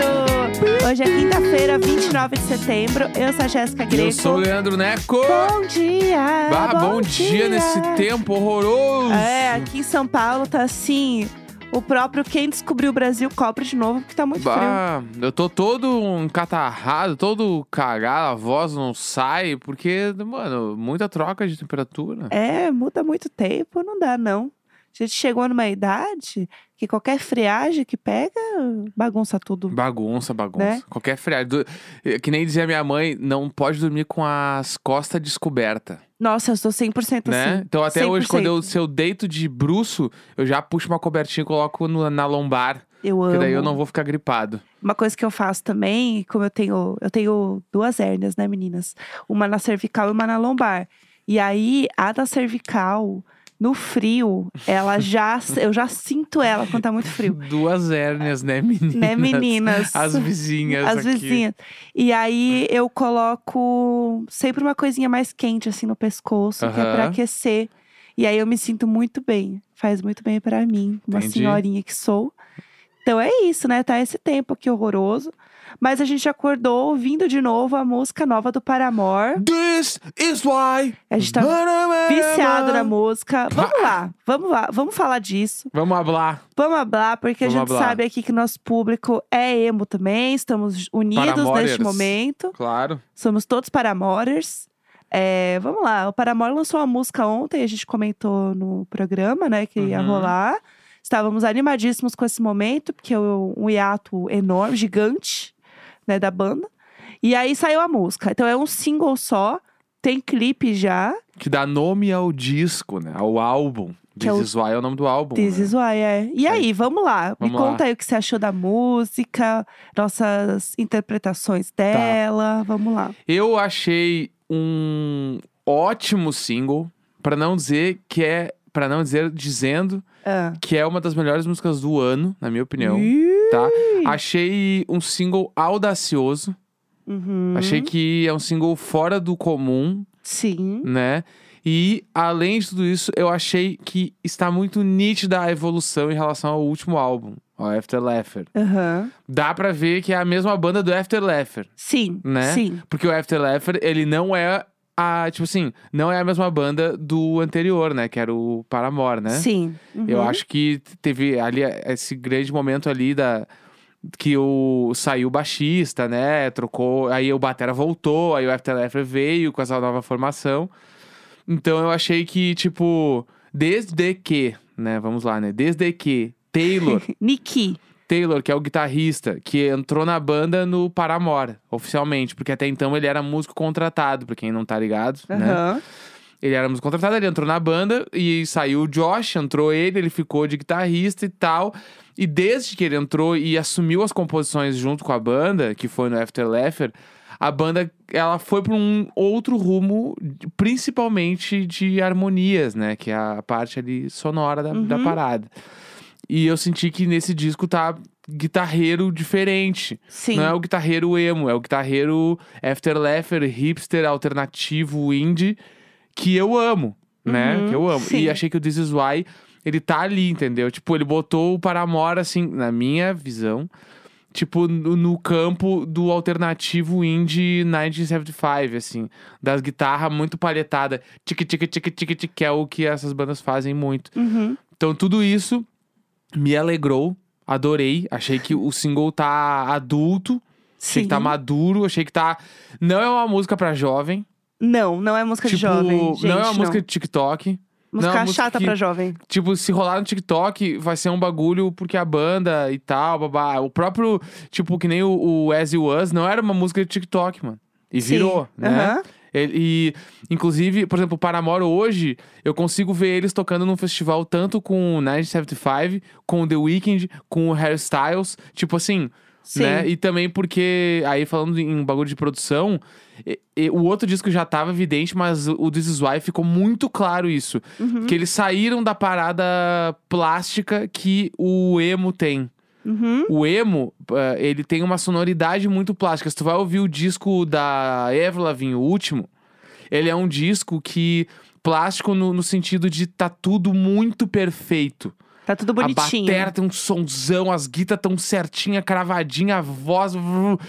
um Hoje é quinta-feira, 29 de setembro. Eu sou a Jéssica Greco. Eu sou o Leandro Neco. Bom dia! Ah, bom, dia. nesse tempo horroroso. É, aqui em São Paulo tá assim. O próprio quem descobriu o Brasil cobre de novo, porque tá muito frio. Bah, eu tô todo um catarrado, todo cagado, a voz não sai, porque, mano, muita troca de temperatura. É, muda muito tempo, não dá, não. A gente chegou numa idade que qualquer friagem que pega bagunça tudo. Bagunça, bagunça. Né? Qualquer friagem. Du- eh, Que nem dizia minha mãe, não pode dormir com as costas descobertas, Nossa, eu sou 100% né? assim. Então até hoje, 100%. quando eu, se eu deito de bruço, eu já puxo uma cobertinha e coloco no- na lombar, Eu amo. que daí eu não vou ficar gripado. Uma coisa que eu faço também, como eu tenho, eu tenho duas hérnias, né, meninas? Uma na cervical e uma na lombar. E aí, a da cervical, no frio, ela já, eu já sinto ela quando tá muito frio. Duas hérnias, né, meninas? Né, meninas? As vizinhas As aqui. vizinhas. E aí eu coloco sempre uma coisinha mais quente assim no pescoço, que é pra Aham. aquecer. E aí eu me sinto muito bem. Faz muito bem pra mim, uma Entendi. senhorinha que sou. Então é isso, né? Tá esse tempo aqui horroroso. Mas a gente acordou ouvindo de novo a música nova do Paramore. This is why. A gente tá viciado na música. Vamos lá, vamos lá, vamos falar disso. Vamos hablar. Vamos hablar, porque a Vamos gente hablar. sabe aqui que nosso público é emo também. Estamos unidos neste Paramorers. momento. Claro. Somos todos Paramorers. É, vamos lá, o Paramore lançou uma música ontem, a gente comentou no programa, né, que ia Uhum. rolar. Estávamos animadíssimos com esse momento, porque é um hiato enorme, gigante, né, da banda. E aí saiu a música. Então é um single só, tem clipe já. Que dá nome ao disco, né? Ao álbum. Que This é o- is why é o nome do álbum. This né? is why, é. E aí, vamos lá. Me Vamos lá. conta aí o que você achou da música, nossas interpretações Tá. dela. Vamos lá. Eu achei um ótimo single, pra não dizer que é, Pra não dizer dizendo Ah. que é uma das melhores músicas do ano, na minha opinião, Ih! tá? Achei um single audacioso, Uhum. achei que é um single fora do comum, Sim. né? E, além de tudo isso, eu achei que está muito nítida a evolução em relação ao último álbum, ao After Laughter. Aham. Dá pra ver que é a mesma banda do After Laughter, Sim, Né? sim. porque o After Laughter, ele não é a, tipo assim, não é a mesma banda do anterior, né, que era o Paramore, né? Sim. Uhum. Eu acho que teve ali eh, esse grande momento ali da que o saiu o baixista, né? Trocou, aí o batera voltou, aí o After Laughter veio com essa nova formação. Então eu achei que tipo, desde que, né, vamos lá, né? Desde que Taylor, Niki. Taylor, que é o guitarrista, que entrou na banda no Paramore, oficialmente, porque até então ele era músico contratado, pra quem não tá ligado, né? Aham. Ele era músico contratado, ele entrou na banda e saiu o Josh, entrou ele, ele ficou de guitarrista e tal. E desde que ele entrou e assumiu as composições junto com a banda, que foi no After Laughter, a banda ela foi para um outro rumo, principalmente de harmonias, né? Que é a parte ali sonora da, da Uhum. parada. E eu senti que nesse disco tá guitarreiro diferente. Sim. Não é o guitarreiro emo, é o guitarreiro after laughter, hipster, alternativo, indie, que eu amo, né? Uhum, que eu amo. sim. E achei que o This Is Why, ele tá ali, entendeu? Tipo, ele botou o Paramore, assim, na minha visão, tipo, no, no campo do alternativo indie 1975, assim. Das guitarras muito palhetada, tique tique tique tique tique que é o que essas bandas fazem muito. Uhum. Então tudo isso me alegrou, adorei. Achei que o single tá adulto, Sim. achei que tá maduro, achei que tá. Não é uma música pra jovem. Não, não é música tipo, de jovem. Gente, não é uma música de TikTok. Música não é uma música chata que- pra jovem. Tipo, se rolar no TikTok, vai ser um bagulho porque a banda e tal, babá. O próprio, tipo, que nem o, o As You Was, não era uma música de TikTok, mano. E Sim. virou, né? Aham. Ele- e, inclusive, por exemplo, o Paramore hoje, eu consigo ver eles tocando num festival tanto com o 975, com o The Weeknd, com o Harry Styles. Tipo assim, Sim. né? E também porque, aí falando em um bagulho de produção, e- e o outro disco já tava evidente, mas o This Is Why ficou muito claro isso. Uhum. Que eles saíram da parada plástica que o emo tem. Uhum. O emo, eh, ele tem uma sonoridade muito plástica. Se tu vai ouvir o disco da Avril Lavigne, o último, ele é um disco que... Plástico no, no sentido de tá tudo muito perfeito. Tá tudo bonitinho. A batera tem um sonzão, as guitas tão certinha, cravadinha, a voz... vru,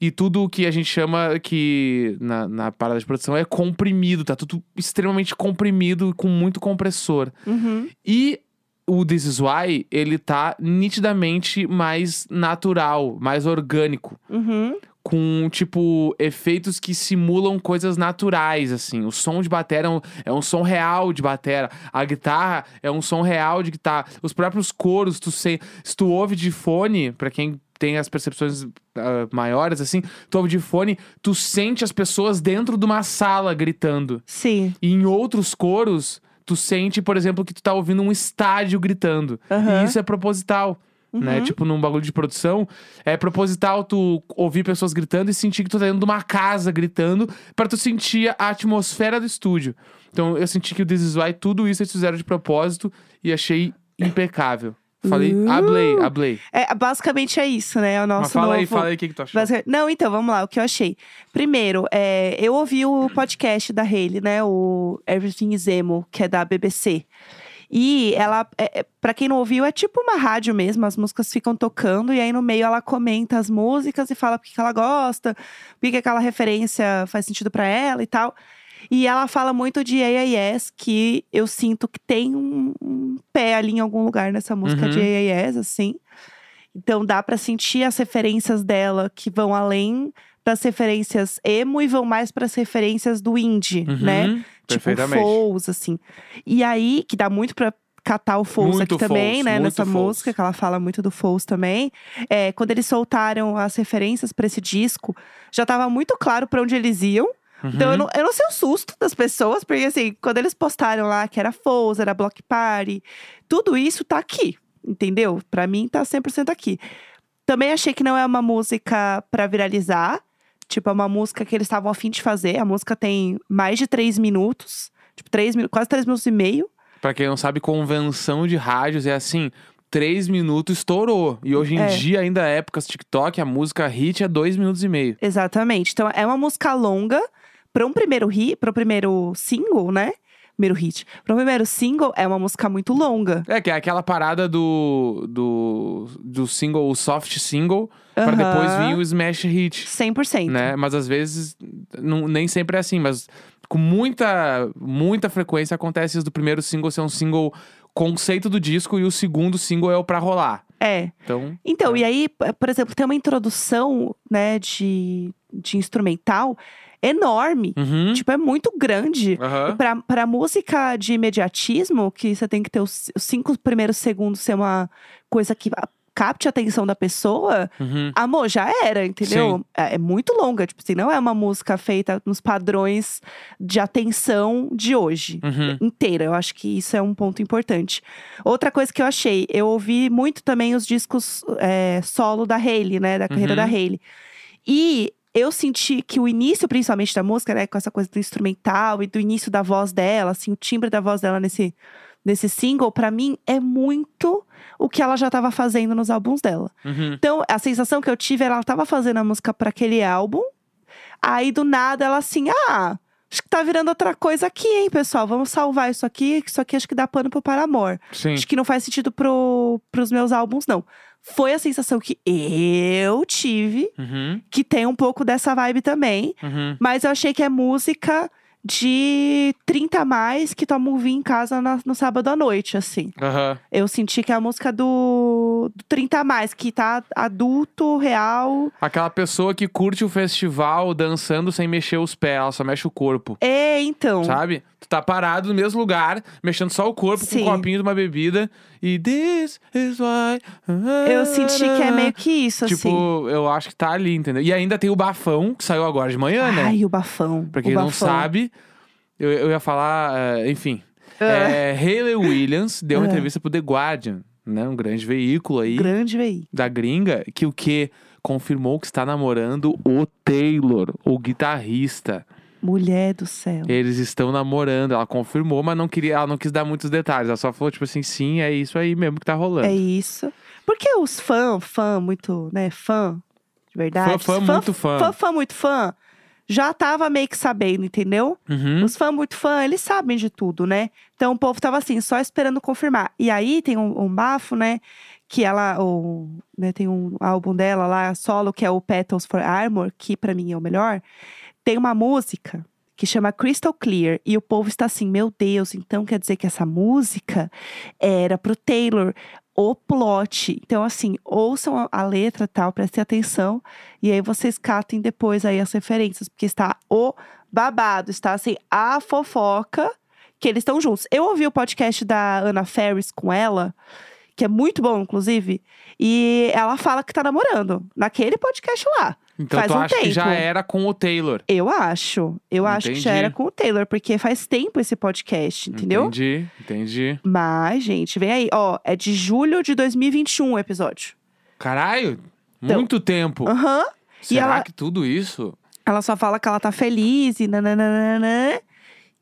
E tudo o que a gente chama que na, na parada de produção é comprimido, tá tudo extremamente comprimido, com muito compressor. Uhum. E o This Is Why, ele tá nitidamente mais natural, mais orgânico. Uhum. Com, tipo, efeitos que simulam coisas naturais, assim. O som de bateria é um, é um som real de bateria. A guitarra é um som real de guitarra. Os próprios coros, tu se, se tu ouve de fone, pra quem tem as percepções ah, maiores, assim, tu ouve de fone, tu sente as pessoas dentro de uma sala gritando. Sim. E em outros coros, tu sente, por exemplo, que tu tá ouvindo um estádio gritando. Aham. E isso é proposital. Uhum. Né? Tipo, num bagulho de produção, é proposital tu ouvir pessoas gritando e sentir que tu tá dentro de uma casa gritando pra tu sentir a atmosfera do estúdio. Então, eu senti que o This Is Why, tudo isso eles fizeram de propósito e achei impecável. Falei, Uh! ablei, ablei. É, basicamente é isso, né? É o nosso Mas fala novo... aí, fala aí o que, que tu achou. Basica- Não, então, vamos lá, o que eu achei. Primeiro, é, eu ouvi o podcast da Hayley, né? O Everything is Emo, que é da BBC. E ela, é, é, pra quem não ouviu, é tipo uma rádio mesmo, as músicas ficam tocando e aí no meio ela comenta as músicas e fala porque que ela gosta, porque que aquela referência faz sentido pra ela e tal. E ela fala muito de AIS, que eu sinto que tem um, um pé ali em algum lugar nessa música Uhum. de AIS, assim. Então dá pra sentir as referências dela que vão além das referências emo e vão mais pras referências do indie, Uhum, né? Tipo, Perfeitamente. Fouls, assim. E aí, que dá muito pra catar o Fouls Muito aqui também, Fouls, né? muito Nessa Fouls. música, que ela fala muito do Fouls também. É, quando eles soltaram as referências pra esse disco, já tava muito claro pra onde eles iam. Uhum. Então, eu não, eu não sei o susto das pessoas, porque assim, quando eles postaram lá que era Fouls, era Block Party, tudo isso tá aqui, entendeu? Pra mim, tá 100% aqui. Também achei que não é uma música pra viralizar. Tipo, é uma música que eles estavam afim de fazer. A música tem mais de três minutos. Tipo, três, minu- quase três minutos e meio. Pra quem não sabe, convenção de rádios é assim. Três minutos estourou. E hoje em É. dia, ainda épocas TikTok, a música hit é dois minutos e meio. Exatamente. Então, é uma música longa. Pra um primeiro hit, para primeiro single, né? Primeiro hit. Pra um primeiro single, é uma música muito longa. É, que é aquela parada do, do, do single, o soft single, pra Aham. depois vir o smash hit. 100%. Né? Mas às vezes, não- nem sempre é assim, mas com muita, muita frequência acontece isso do primeiro single ser um single conceito do disco e o segundo single é o pra rolar. É. Então, Então, É. e aí, p- por exemplo, tem uma introdução, né, de, de instrumental enorme. uhum, Tipo, é muito grande. aham. Pra, pra música de imediatismo, que você tem que ter os, os cinco primeiros segundos ser uma coisa que a- capte a atenção da pessoa, uhum. amor, já era, entendeu? É, é muito longa, tipo assim, não é uma música feita nos padrões de atenção de hoje Uhum. inteira. Eu acho que isso é um ponto importante. Outra coisa que eu achei, eu ouvi muito também os discos é, solo da Hayley, né? Da carreira Uhum. da Hayley. E eu senti que o início, principalmente da música, né? Com essa coisa do instrumental e do início da voz dela, assim, o timbre da voz dela nesse, nesse single, pra mim, é muito o que ela já tava fazendo nos álbuns dela. uhum. Então, a sensação que eu tive era ela tava fazendo a música pra aquele álbum. Aí do nada ela assim, ah, acho que tá virando outra coisa aqui, hein, pessoal? Vamos salvar isso aqui, que isso aqui acho que dá pano pro Paramor. Sim. Acho que não faz sentido pro, pros meus álbuns, não. Foi a sensação que eu tive, Uhum. que tem um pouco dessa vibe também. Uhum. Mas eu achei que é música de 30 a mais que toma um vinho em casa na- no sábado à noite, assim. Aham. Eu senti que é a música do, do 30 a mais, que tá adulto, real. Aquela pessoa que curte o festival dançando sem mexer os pés, ela só mexe o corpo. É, então. Sabe? Tu tá parado no mesmo lugar, mexendo só o corpo Sim. com um copinho de uma bebida. E this is why. ah, Eu senti que é meio que isso, Tipo, assim. eu acho que tá ali, entendeu? E ainda tem o bafão, que saiu agora de manhã, né? Ai, o bafão. Pra o quem não bafão. sabe, eu, eu ia falar, eh, enfim. É, Hayley Williams deu uma Ah. entrevista pro The Guardian, né? Um grande veículo aí. Grande, véi. da gringa que o que confirmou que está namorando o Taylor, o guitarrista. Mulher do céu. Eles estão namorando, ela confirmou, mas não queria, ela não quis dar muitos detalhes. Ela só falou tipo assim, sim, é isso aí mesmo que tá rolando. É isso. Porque os fã, fã muito, né, fã, de verdade. Fã, fã, muito fã. Fã, fã muito fã. já tava meio que sabendo, entendeu? Uhum. Os fãs muito fã, eles sabem de tudo, né? Então o povo tava assim, só esperando confirmar. E aí tem um, um bafo, né? Que ela, ou, né, tem um álbum dela lá, solo, que é o Petals for Armor, que pra mim é o melhor. Tem uma música que chama Crystal Clear. E o povo está assim, meu Deus, então quer dizer que essa música era pro Taylor. O plot. Então, assim, ouçam a, a letra e tal, prestem atenção. E aí vocês catem depois aí as referências, porque está o babado, está assim, a fofoca que eles estão juntos. Eu ouvi o podcast da Ana Ferris com ela, que é muito bom, inclusive, e ela fala que tá namorando, naquele podcast lá. Então Faz tu um acha que já tempo. era com o Taylor. Eu acho. Eu acho que já Entendi. era com o Taylor, porque faz tempo esse podcast, entendeu? Entendi, entendi. Mas, gente, vem aí, ó, é de julho de 2021 o episódio. Caralho, Então- muito tempo. Aham. Será ela- que tudo isso? Ela só fala que ela tá feliz e nananana.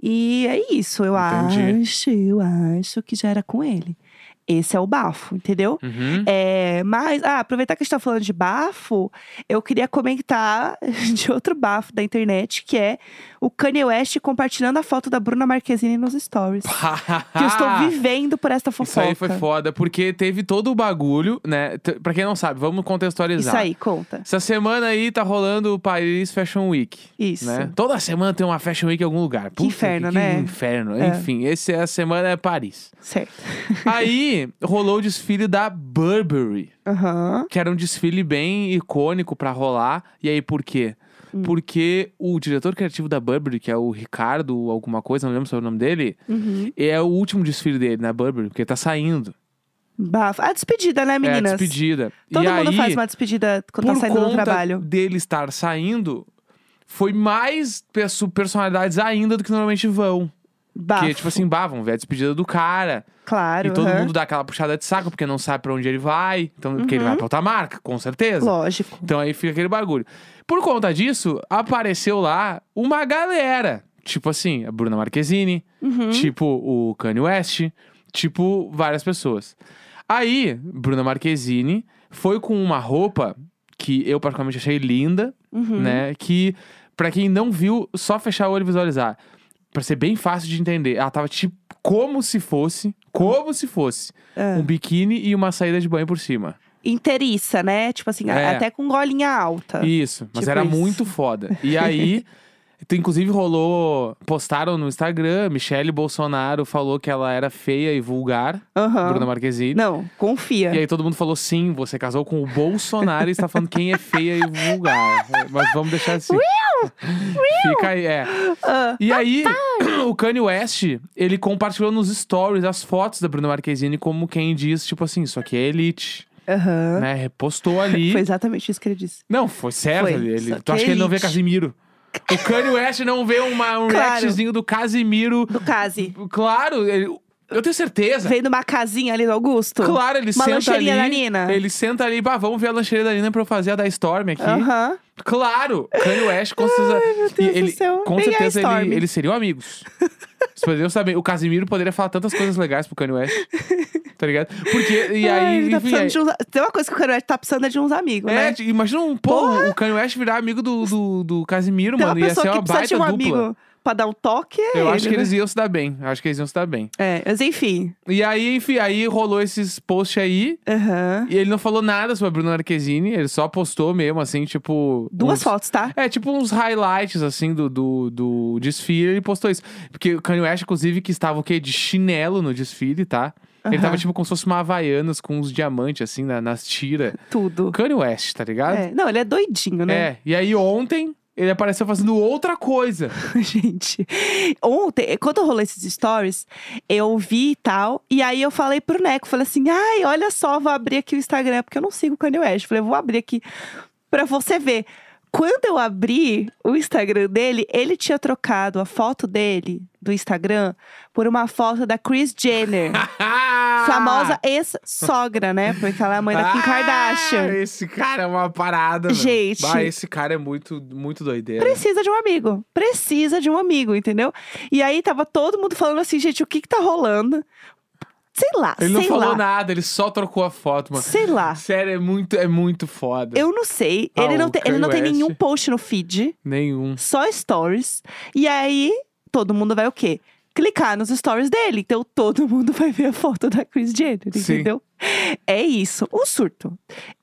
E é isso, eu Entendi. acho, eu acho que já era com ele. Esse é o bafo, entendeu? Uhum. É, mas, ah, aproveitar que a gente tá falando de bafo, eu queria comentar de outro bafo da internet, que é o Kanye West compartilhando a foto da Bruna Marquezine nos stories. que eu estou vivendo por esta Ah! Isso fofoca. aí foi foda, porque teve todo o bagulho, né? T- Pra quem não sabe, vamos contextualizar. Isso aí, conta. Essa semana aí tá rolando o Paris Fashion Week. Isso. Né? Toda semana tem uma Fashion Week em algum lugar. Puta, inferno, que, né? Que inferno. É. Enfim, esse é a semana é Paris. Certo. Aí rolou o desfile da Burberry, Aham. que era um desfile bem icônico pra rolar. E aí por quê? Hum. Porque o diretor criativo da Burberry, que é o Ricardo alguma coisa, não lembro sobre o nome dele, Uhum. é o último desfile dele na Burberry, porque tá saindo. Bafo. A despedida, né, É meninas? a despedida. Todo e mundo aí, faz uma despedida quando tá por saindo conta do trabalho. dele estar saindo, foi mais perso- personalidades ainda do que normalmente vão. Bafo. Que, tipo assim, bah, vão ver a despedida do cara. Tá. claro. E todo aham. mundo dá aquela puxada de saco, porque não sabe pra onde ele vai. Então, porque ele vai pra outra marca, com certeza. Uhum. Lógico. Então aí fica aquele bagulho. Por conta disso, apareceu lá uma galera. Tipo assim, a Bruna Marquezine, Uhum. tipo o Kanye West, tipo várias pessoas. Aí, Bruna Marquezine foi com uma roupa que eu particularmente achei linda, Uhum. né? Que, pra quem não viu, só fechar o olho e visualizar. Pra ser bem fácil de entender. Ela tava tipo como se fosse, como se fosse, Ah. um biquíni e uma saída de banho por cima. Inteiriça, né? Tipo assim, a- É. até com golinha alta. Isso, mas Tipo era isso. muito foda. E aí, tu- inclusive rolou. Postaram no Instagram, Michele Bolsonaro falou que ela era feia e vulgar, Aham. Bruna Marquezine. Ah. Não, confia. E aí todo mundo falou: sim, você casou com o Bolsonaro e está falando quem é feia e vulgar. É, Mas vamos deixar assim. Fica aí, é. Ah, E aí, o Kanye West, ele compartilhou nos stories as fotos da Bruna Marquezine como quem diz, tipo assim, isso aqui é elite. Aham. Né? Repostou ali. Foi exatamente isso que ele disse. Não, foi certo. Foi. Ele, ele- Só tu acha que que ele não vê elite. Casimiro? O Kanye West não vê uma, Claro. um reactzinho do Casimiro. Do Case. Claro, ele- eu tenho certeza. Veio numa casinha ali do Augusto. Claro, ele Uma senta ali. lancheria da Nina. Ele senta ali, bah, vamos ver a lancheria da Nina pra eu fazer a da Storm aqui. Aham. Claro, Kanye West com certeza. meu Deus e do ele, céu. Com Nem é a certeza Storm. ele, eles seriam amigos. Vocês poderiam saber. O Casimiro poderia falar tantas coisas legais pro Kanye West. Tá ligado? Porque. E Ai, aí, ele tá enfim, precisando aí- de uns- Tem uma coisa que o Canoete tá precisando é de uns amigos, É, né? tipo, imagina um, pô, o Kanye West virar amigo do, do, do Casimiro, Tem uma mano. Ia pessoa ser que uma precisa de baita um dupla. amigo pra dar um toque. é Eu ele, acho que né? eles iam se dar bem. Eu acho que eles iam se dar bem. É, mas enfim. E aí, enfim, aí rolou esses posts aí. Aham. E ele não falou nada sobre a Bruna Marquezine. Ele só postou mesmo, assim, tipo... Duas uns- fotos, tá? É, tipo uns highlights, assim, do, do, do desfile. Ele postou isso. Porque o Kanye West, inclusive, que estava o quê? De chinelo no desfile, tá? Ele Aham. tava, tipo, como se fosse uma Havaianas com uns diamantes, assim, na- nas tiras. Tudo. Kanye West, tá ligado? É, Não, ele é doidinho, né? É, e aí ontem ele apareceu fazendo outra coisa. Gente, ontem, quando rolou esses stories, eu vi e tal. E aí eu falei pro Neco, falei assim: ai, olha só, vou abrir aqui o Instagram, porque eu não sigo o Kanye West. Falei, vou abrir aqui pra você ver. Quando eu abri o Instagram dele, ele tinha trocado a foto dele do Instagram por uma foto da Kris Jenner, Ah! famosa ex-sogra, né? Porque ela é a mãe da Kim Kardashian. Ah, esse cara é uma parada, meu. Gente. Bah, esse cara é muito, muito doideira. Precisa de um amigo. Precisa de um amigo, entendeu? E aí tava todo mundo falando assim, gente, o que que tá rolando? Sei lá, Ele sei não falou lá. nada, ele só trocou a foto, mano. Sei lá. Sério, é muito, é muito foda. Eu não sei. Ah, ele o não, tem, ele não tem Kanye West. nenhum post no feed, Nenhum. só stories. E aí, todo mundo vai o quê? Clicar nos stories dele. Então, todo mundo vai ver a foto da Chris Jenner, Sim. entendeu? É isso. Um surto.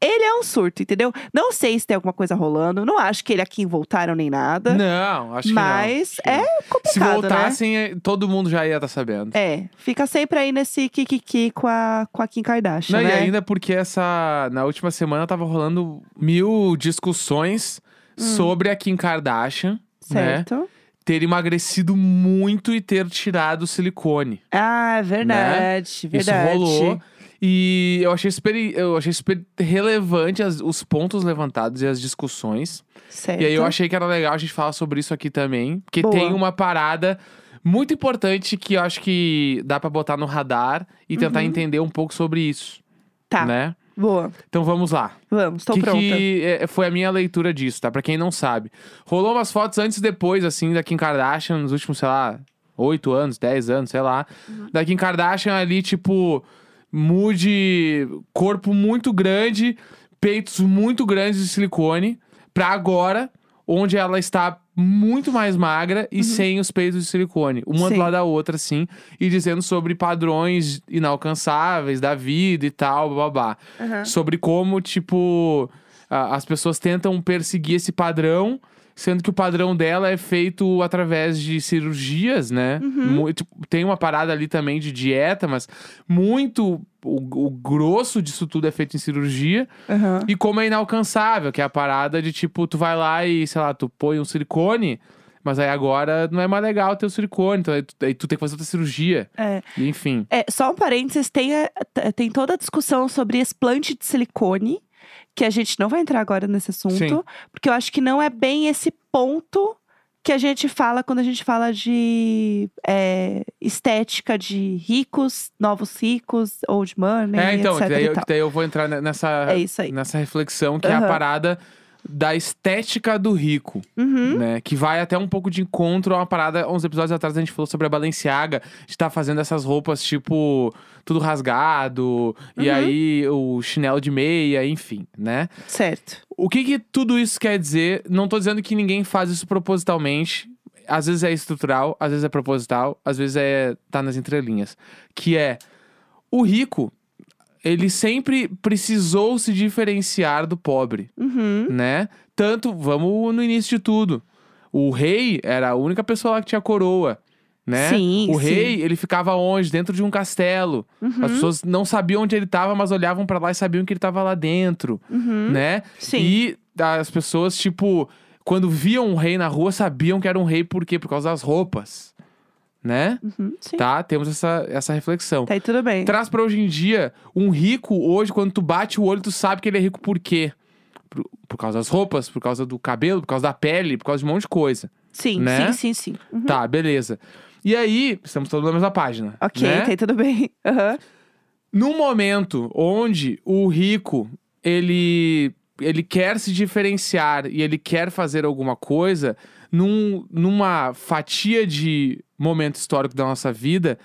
Ele é um surto, entendeu? Não sei se tem alguma coisa rolando. Não acho que ele aqui voltaram nem nada. Não, acho mas que não. Acho que é complicado, não. Se voltassem, eh, todo mundo já ia estar sabendo. né? É, fica sempre aí nesse kikiki com a, com a Kim Kardashian, Não, né? E ainda porque essa. Na última semana tava rolando mil discussões Hum. sobre a Kim Kardashian, né? Certo. Ter emagrecido muito e ter tirado o silicone. Ah, é verdade, verdade. Né? Isso rolou. E eu achei super, eu achei super relevante as- os pontos levantados e as discussões. Certo. E aí eu achei que era legal a gente falar sobre isso aqui também. É, Porque então. Boa. tem uma parada muito importante que eu acho que dá pra botar no radar e tentar entender um pouco sobre isso. Uhum. Tá, Né? boa. Então vamos lá. Vamos, tô que pronta. que é, foi a minha leitura disso, tá? Pra quem não sabe. Rolou umas fotos antes e depois, assim, da Kim Kardashian, nos últimos, sei lá, 8 anos, 10 anos, sei lá. Uhum. Da Kim Kardashian ali, tipo, mude corpo muito grande, peitos muito grandes de silicone, pra agora, onde ela está muito mais magra e sem os peitos de silicone. Uma Uhum. Sim. do lado da outra, assim, e dizendo sobre padrões inalcançáveis da vida e tal, babá Aham. sobre como, tipo, a- as pessoas tentam perseguir esse padrão, sendo que o padrão dela é feito através de cirurgias, né? Uhum. Mu- tipo, tem uma parada ali também de dieta, mas muito. O, o grosso disso tudo é feito em cirurgia. Aham. E como é inalcançável, que é a parada de tipo, tu vai lá e, sei lá, tu põe um silicone. Mas aí agora não é mais legal ter o silicone, então aí tu, aí tu tem que fazer outra cirurgia. É. Enfim. É, só um parênteses, tem, a- t- tem toda a discussão sobre explante de silicone, que a gente não vai entrar agora nesse assunto, Sim. porque eu acho que não é bem esse ponto que a gente fala quando a gente fala de é, estética de ricos, novos ricos, old money, É, então, etc. que daí, e eu- tal. que daí eu vou entrar ne- nessa, É isso aí. nessa reflexão que é a Aham. parada da estética do rico, Uhum. né? Que vai até um pouco de encontro a uma parada. Uns episódios atrás a gente falou sobre a Balenciaga, de estar fazendo essas roupas tipo tudo rasgado, e Uhum. aí o chinelo de meia, enfim, né? Certo. O que, que tudo isso quer dizer? Não tô dizendo que ninguém faz isso propositalmente. Às vezes é estrutural, às vezes é proposital, às vezes é tá nas entrelinhas. Que é o rico, ele sempre precisou se diferenciar do pobre, Uhum. né? Tanto, vamos no início de tudo. O rei era a única pessoa lá que tinha coroa, né? Sim, o sim. rei, ele ficava onde? Dentro de um castelo. Uhum. As pessoas não sabiam onde ele estava, mas olhavam pra lá e sabiam que ele estava lá dentro, Uhum. né? Sim. E as pessoas, tipo, quando viam um rei na rua, sabiam que era um rei, por quê? Por causa das roupas, né? Uhum. Sim. Tá? Temos essa, essa reflexão. Tá aí tudo bem. Traz pra hoje em dia, um rico hoje, quando tu bate o olho, tu sabe que ele é rico por quê? Por, por causa das roupas, por causa do cabelo, por causa da pele, por causa de um monte de coisa. Sim, né? sim, sim, sim. Uhum. Tá, beleza. E aí, estamos todos na mesma página. Ok, né? tá aí tudo bem. Aham. Num momento onde o rico, ele, ele quer se diferenciar e ele quer fazer alguma coisa, num, numa fatia de momento histórico da nossa vida,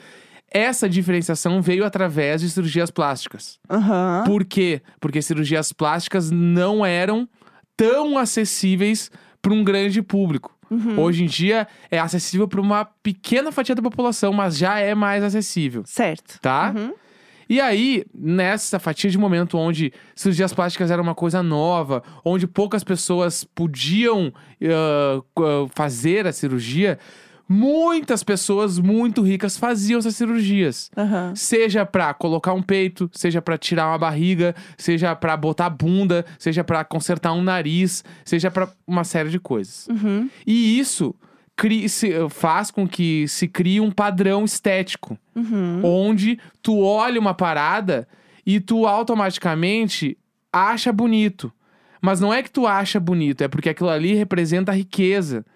essa diferenciação veio através de cirurgias plásticas. Aham. Por quê? Porque cirurgias plásticas não eram tão acessíveis para um grande público. Uhum. Hoje em dia é acessível para uma pequena fatia da população, mas já é mais acessível, Certo. tá? Uhum. E aí, nessa fatia de momento onde cirurgias plásticas era uma coisa nova, onde poucas pessoas podiam ah, co- ah, fazer a cirurgia, muitas pessoas muito ricas faziam essas cirurgias. Aham. Seja pra colocar um peito, seja pra tirar uma barriga, seja pra botar bunda, seja pra consertar um nariz, seja pra uma série de coisas. Uhum. E isso cri- se- faz com que se crie um padrão estético Uhum. onde tu olha uma parada e tu automaticamente acha bonito. Mas não é que tu acha bonito, é porque aquilo ali representa a riqueza.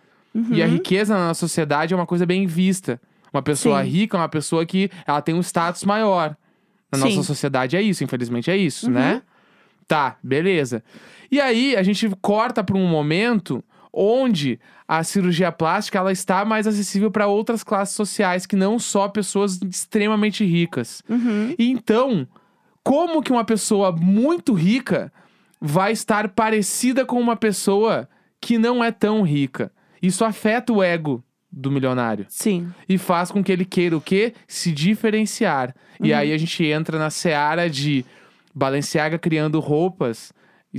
E a uhum. riqueza na nossa sociedade é uma coisa bem vista. Uma pessoa Sim. rica é uma pessoa que ela tem um status maior. Na Sim. Uhum. nossa sociedade é isso, infelizmente é isso, né? Tá, beleza. E aí a gente corta pra um momento onde a cirurgia plástica ela está mais acessível para outras classes sociais que não só pessoas extremamente ricas. Uhum. Então, como que uma pessoa muito rica vai estar parecida com uma pessoa que não é tão rica? Isso afeta o ego do milionário Sim. e faz com que ele queira o quê? Se diferenciar. E aí a gente entra na seara de Balenciaga criando roupas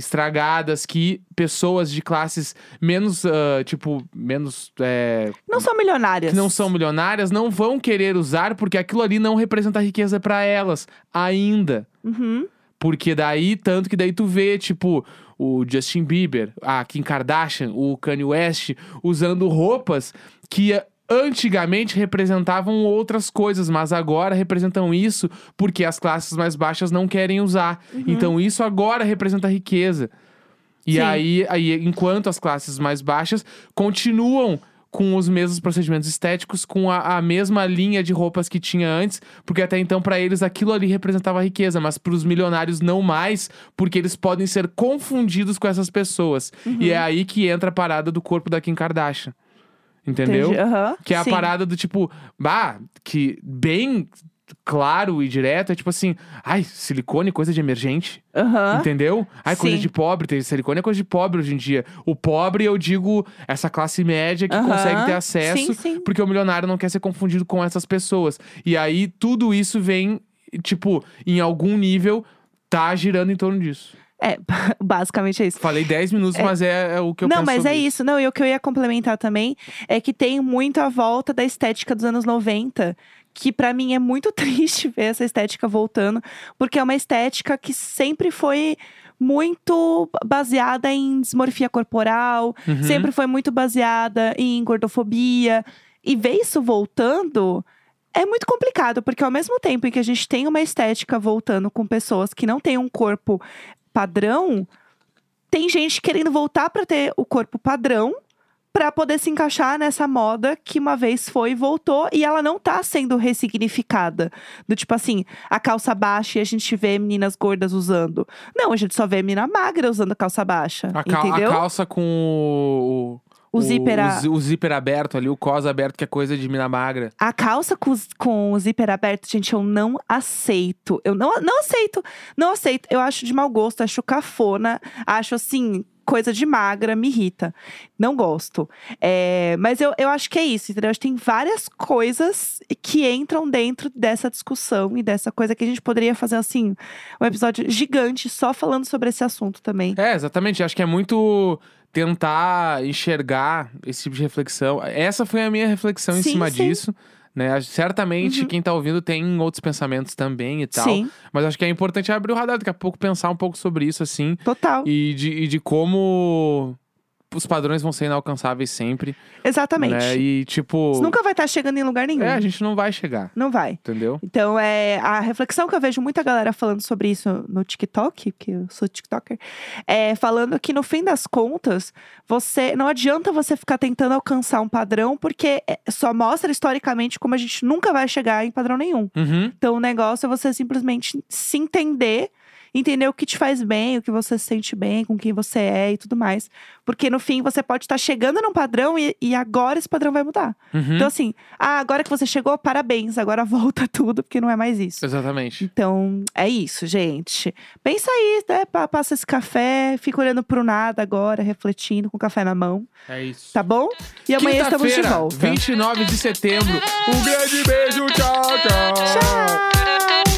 estragadas que pessoas de classes menos, ah, tipo, menos. eh, Não são milionárias. que não são milionárias não vão querer usar porque aquilo ali não representa riqueza pra elas ainda. Uhum. Porque daí, tanto que daí tu vê, tipo, o Justin Bieber, a Kim Kardashian, o Kanye West usando roupas que eh, antigamente representavam outras coisas, mas agora representam isso porque as classes mais baixas não querem usar. Então isso agora representa riqueza. E Sim. aí, aí, enquanto as classes mais baixas continuam com os mesmos procedimentos estéticos, com a, a mesma linha de roupas que tinha antes, porque até então para eles aquilo ali representava riqueza, mas para os milionários não mais, porque eles podem ser confundidos com essas pessoas. E Uhum. é aí que entra a parada do corpo da Kim Kardashian. Entendeu? Entendi. Aham. Que é a Sim. parada do tipo, bah, que bem claro e direto é tipo assim, ai, silicone é coisa de emergente. Aham. Entendeu? Ai, coisa Sim. de pobre, ter silicone é coisa de pobre hoje em dia. O pobre, eu digo, essa classe média que Aham. consegue ter acesso, Sim, sim. porque o milionário não quer ser confundido com essas pessoas. E aí, tudo isso vem, tipo, em algum nível, tá girando em torno disso. É, basicamente é isso. Falei 10 minutos, mas é, é o que eu não, penso mas sobre é isso. Não, e o que eu ia complementar também é que tem muito a volta da estética dos anos 90, que pra mim é muito triste ver essa estética voltando, porque é uma estética que sempre foi muito baseada em dismorfia corporal, Uhum. sempre foi muito baseada em gordofobia. E ver isso voltando é muito complicado, porque ao mesmo tempo em que a gente tem uma estética voltando com pessoas que não têm um corpo padrão, tem gente querendo voltar para ter o corpo padrão para poder se encaixar nessa moda que uma vez foi e voltou e ela não tá sendo ressignificada. Do tipo assim, a calça baixa e a gente vê meninas gordas usando. Não, a gente só vê menina magra usando calça baixa, A, cal- a entendeu? calça com o... O zíper a- o zi- o zíper aberto ali, o cos aberto, que é coisa de mina magra. A calça com, os- com o zíper aberto, gente, eu não aceito. Eu não, não aceito. Não aceito. Eu acho de mau gosto, acho cafona, acho assim. Coisa de magra, me irrita. Não gosto. É, mas eu, eu acho que é isso, entendeu? Acho que tem várias coisas que entram dentro dessa discussão e dessa coisa que a gente poderia fazer, assim, um episódio gigante só falando sobre esse assunto também. É, exatamente. Acho que é muito tentar enxergar esse tipo de reflexão. Essa foi a minha reflexão em Sim, cima sim. Uhum. disso. Né? Acho- Certamente quem tá ouvindo tem outros pensamentos também e tal. Sim, Mas acho que é importante abrir o radar, daqui a pouco pensar um pouco sobre isso, assim. total. E de, e de como os padrões vão ser inalcançáveis sempre. Exatamente. Né? E tipo. Isso nunca né? vai estar chegando em lugar nenhum. É, a gente não vai chegar, Não vai. entendeu? Então, é, a reflexão que eu vejo muita galera falando sobre isso no TikTok, porque eu sou TikToker, é falando que no fim das contas, você não adianta você ficar tentando alcançar um padrão, porque é, só mostra historicamente como a gente nunca vai chegar em padrão nenhum. Uhum. Então, o negócio é você simplesmente se entender, entender o que te faz bem, o que você se sente bem, com quem você é e tudo mais. Porque no fim, você pode estar chegando num padrão e- e agora esse padrão vai mudar. uhum. Então, assim, ah, agora que você chegou, parabéns, agora volta tudo, porque não é mais isso. Exatamente. Então, é isso, gente. Pensa aí, né? pa- Passa esse café, fica olhando pro nada agora, refletindo, com o café na mão, É isso. tá bom? E amanhã estamos de Quinta-feira, volta. 29 de setembro. Um grande beijo. Tchau, tchau. Tchau! um.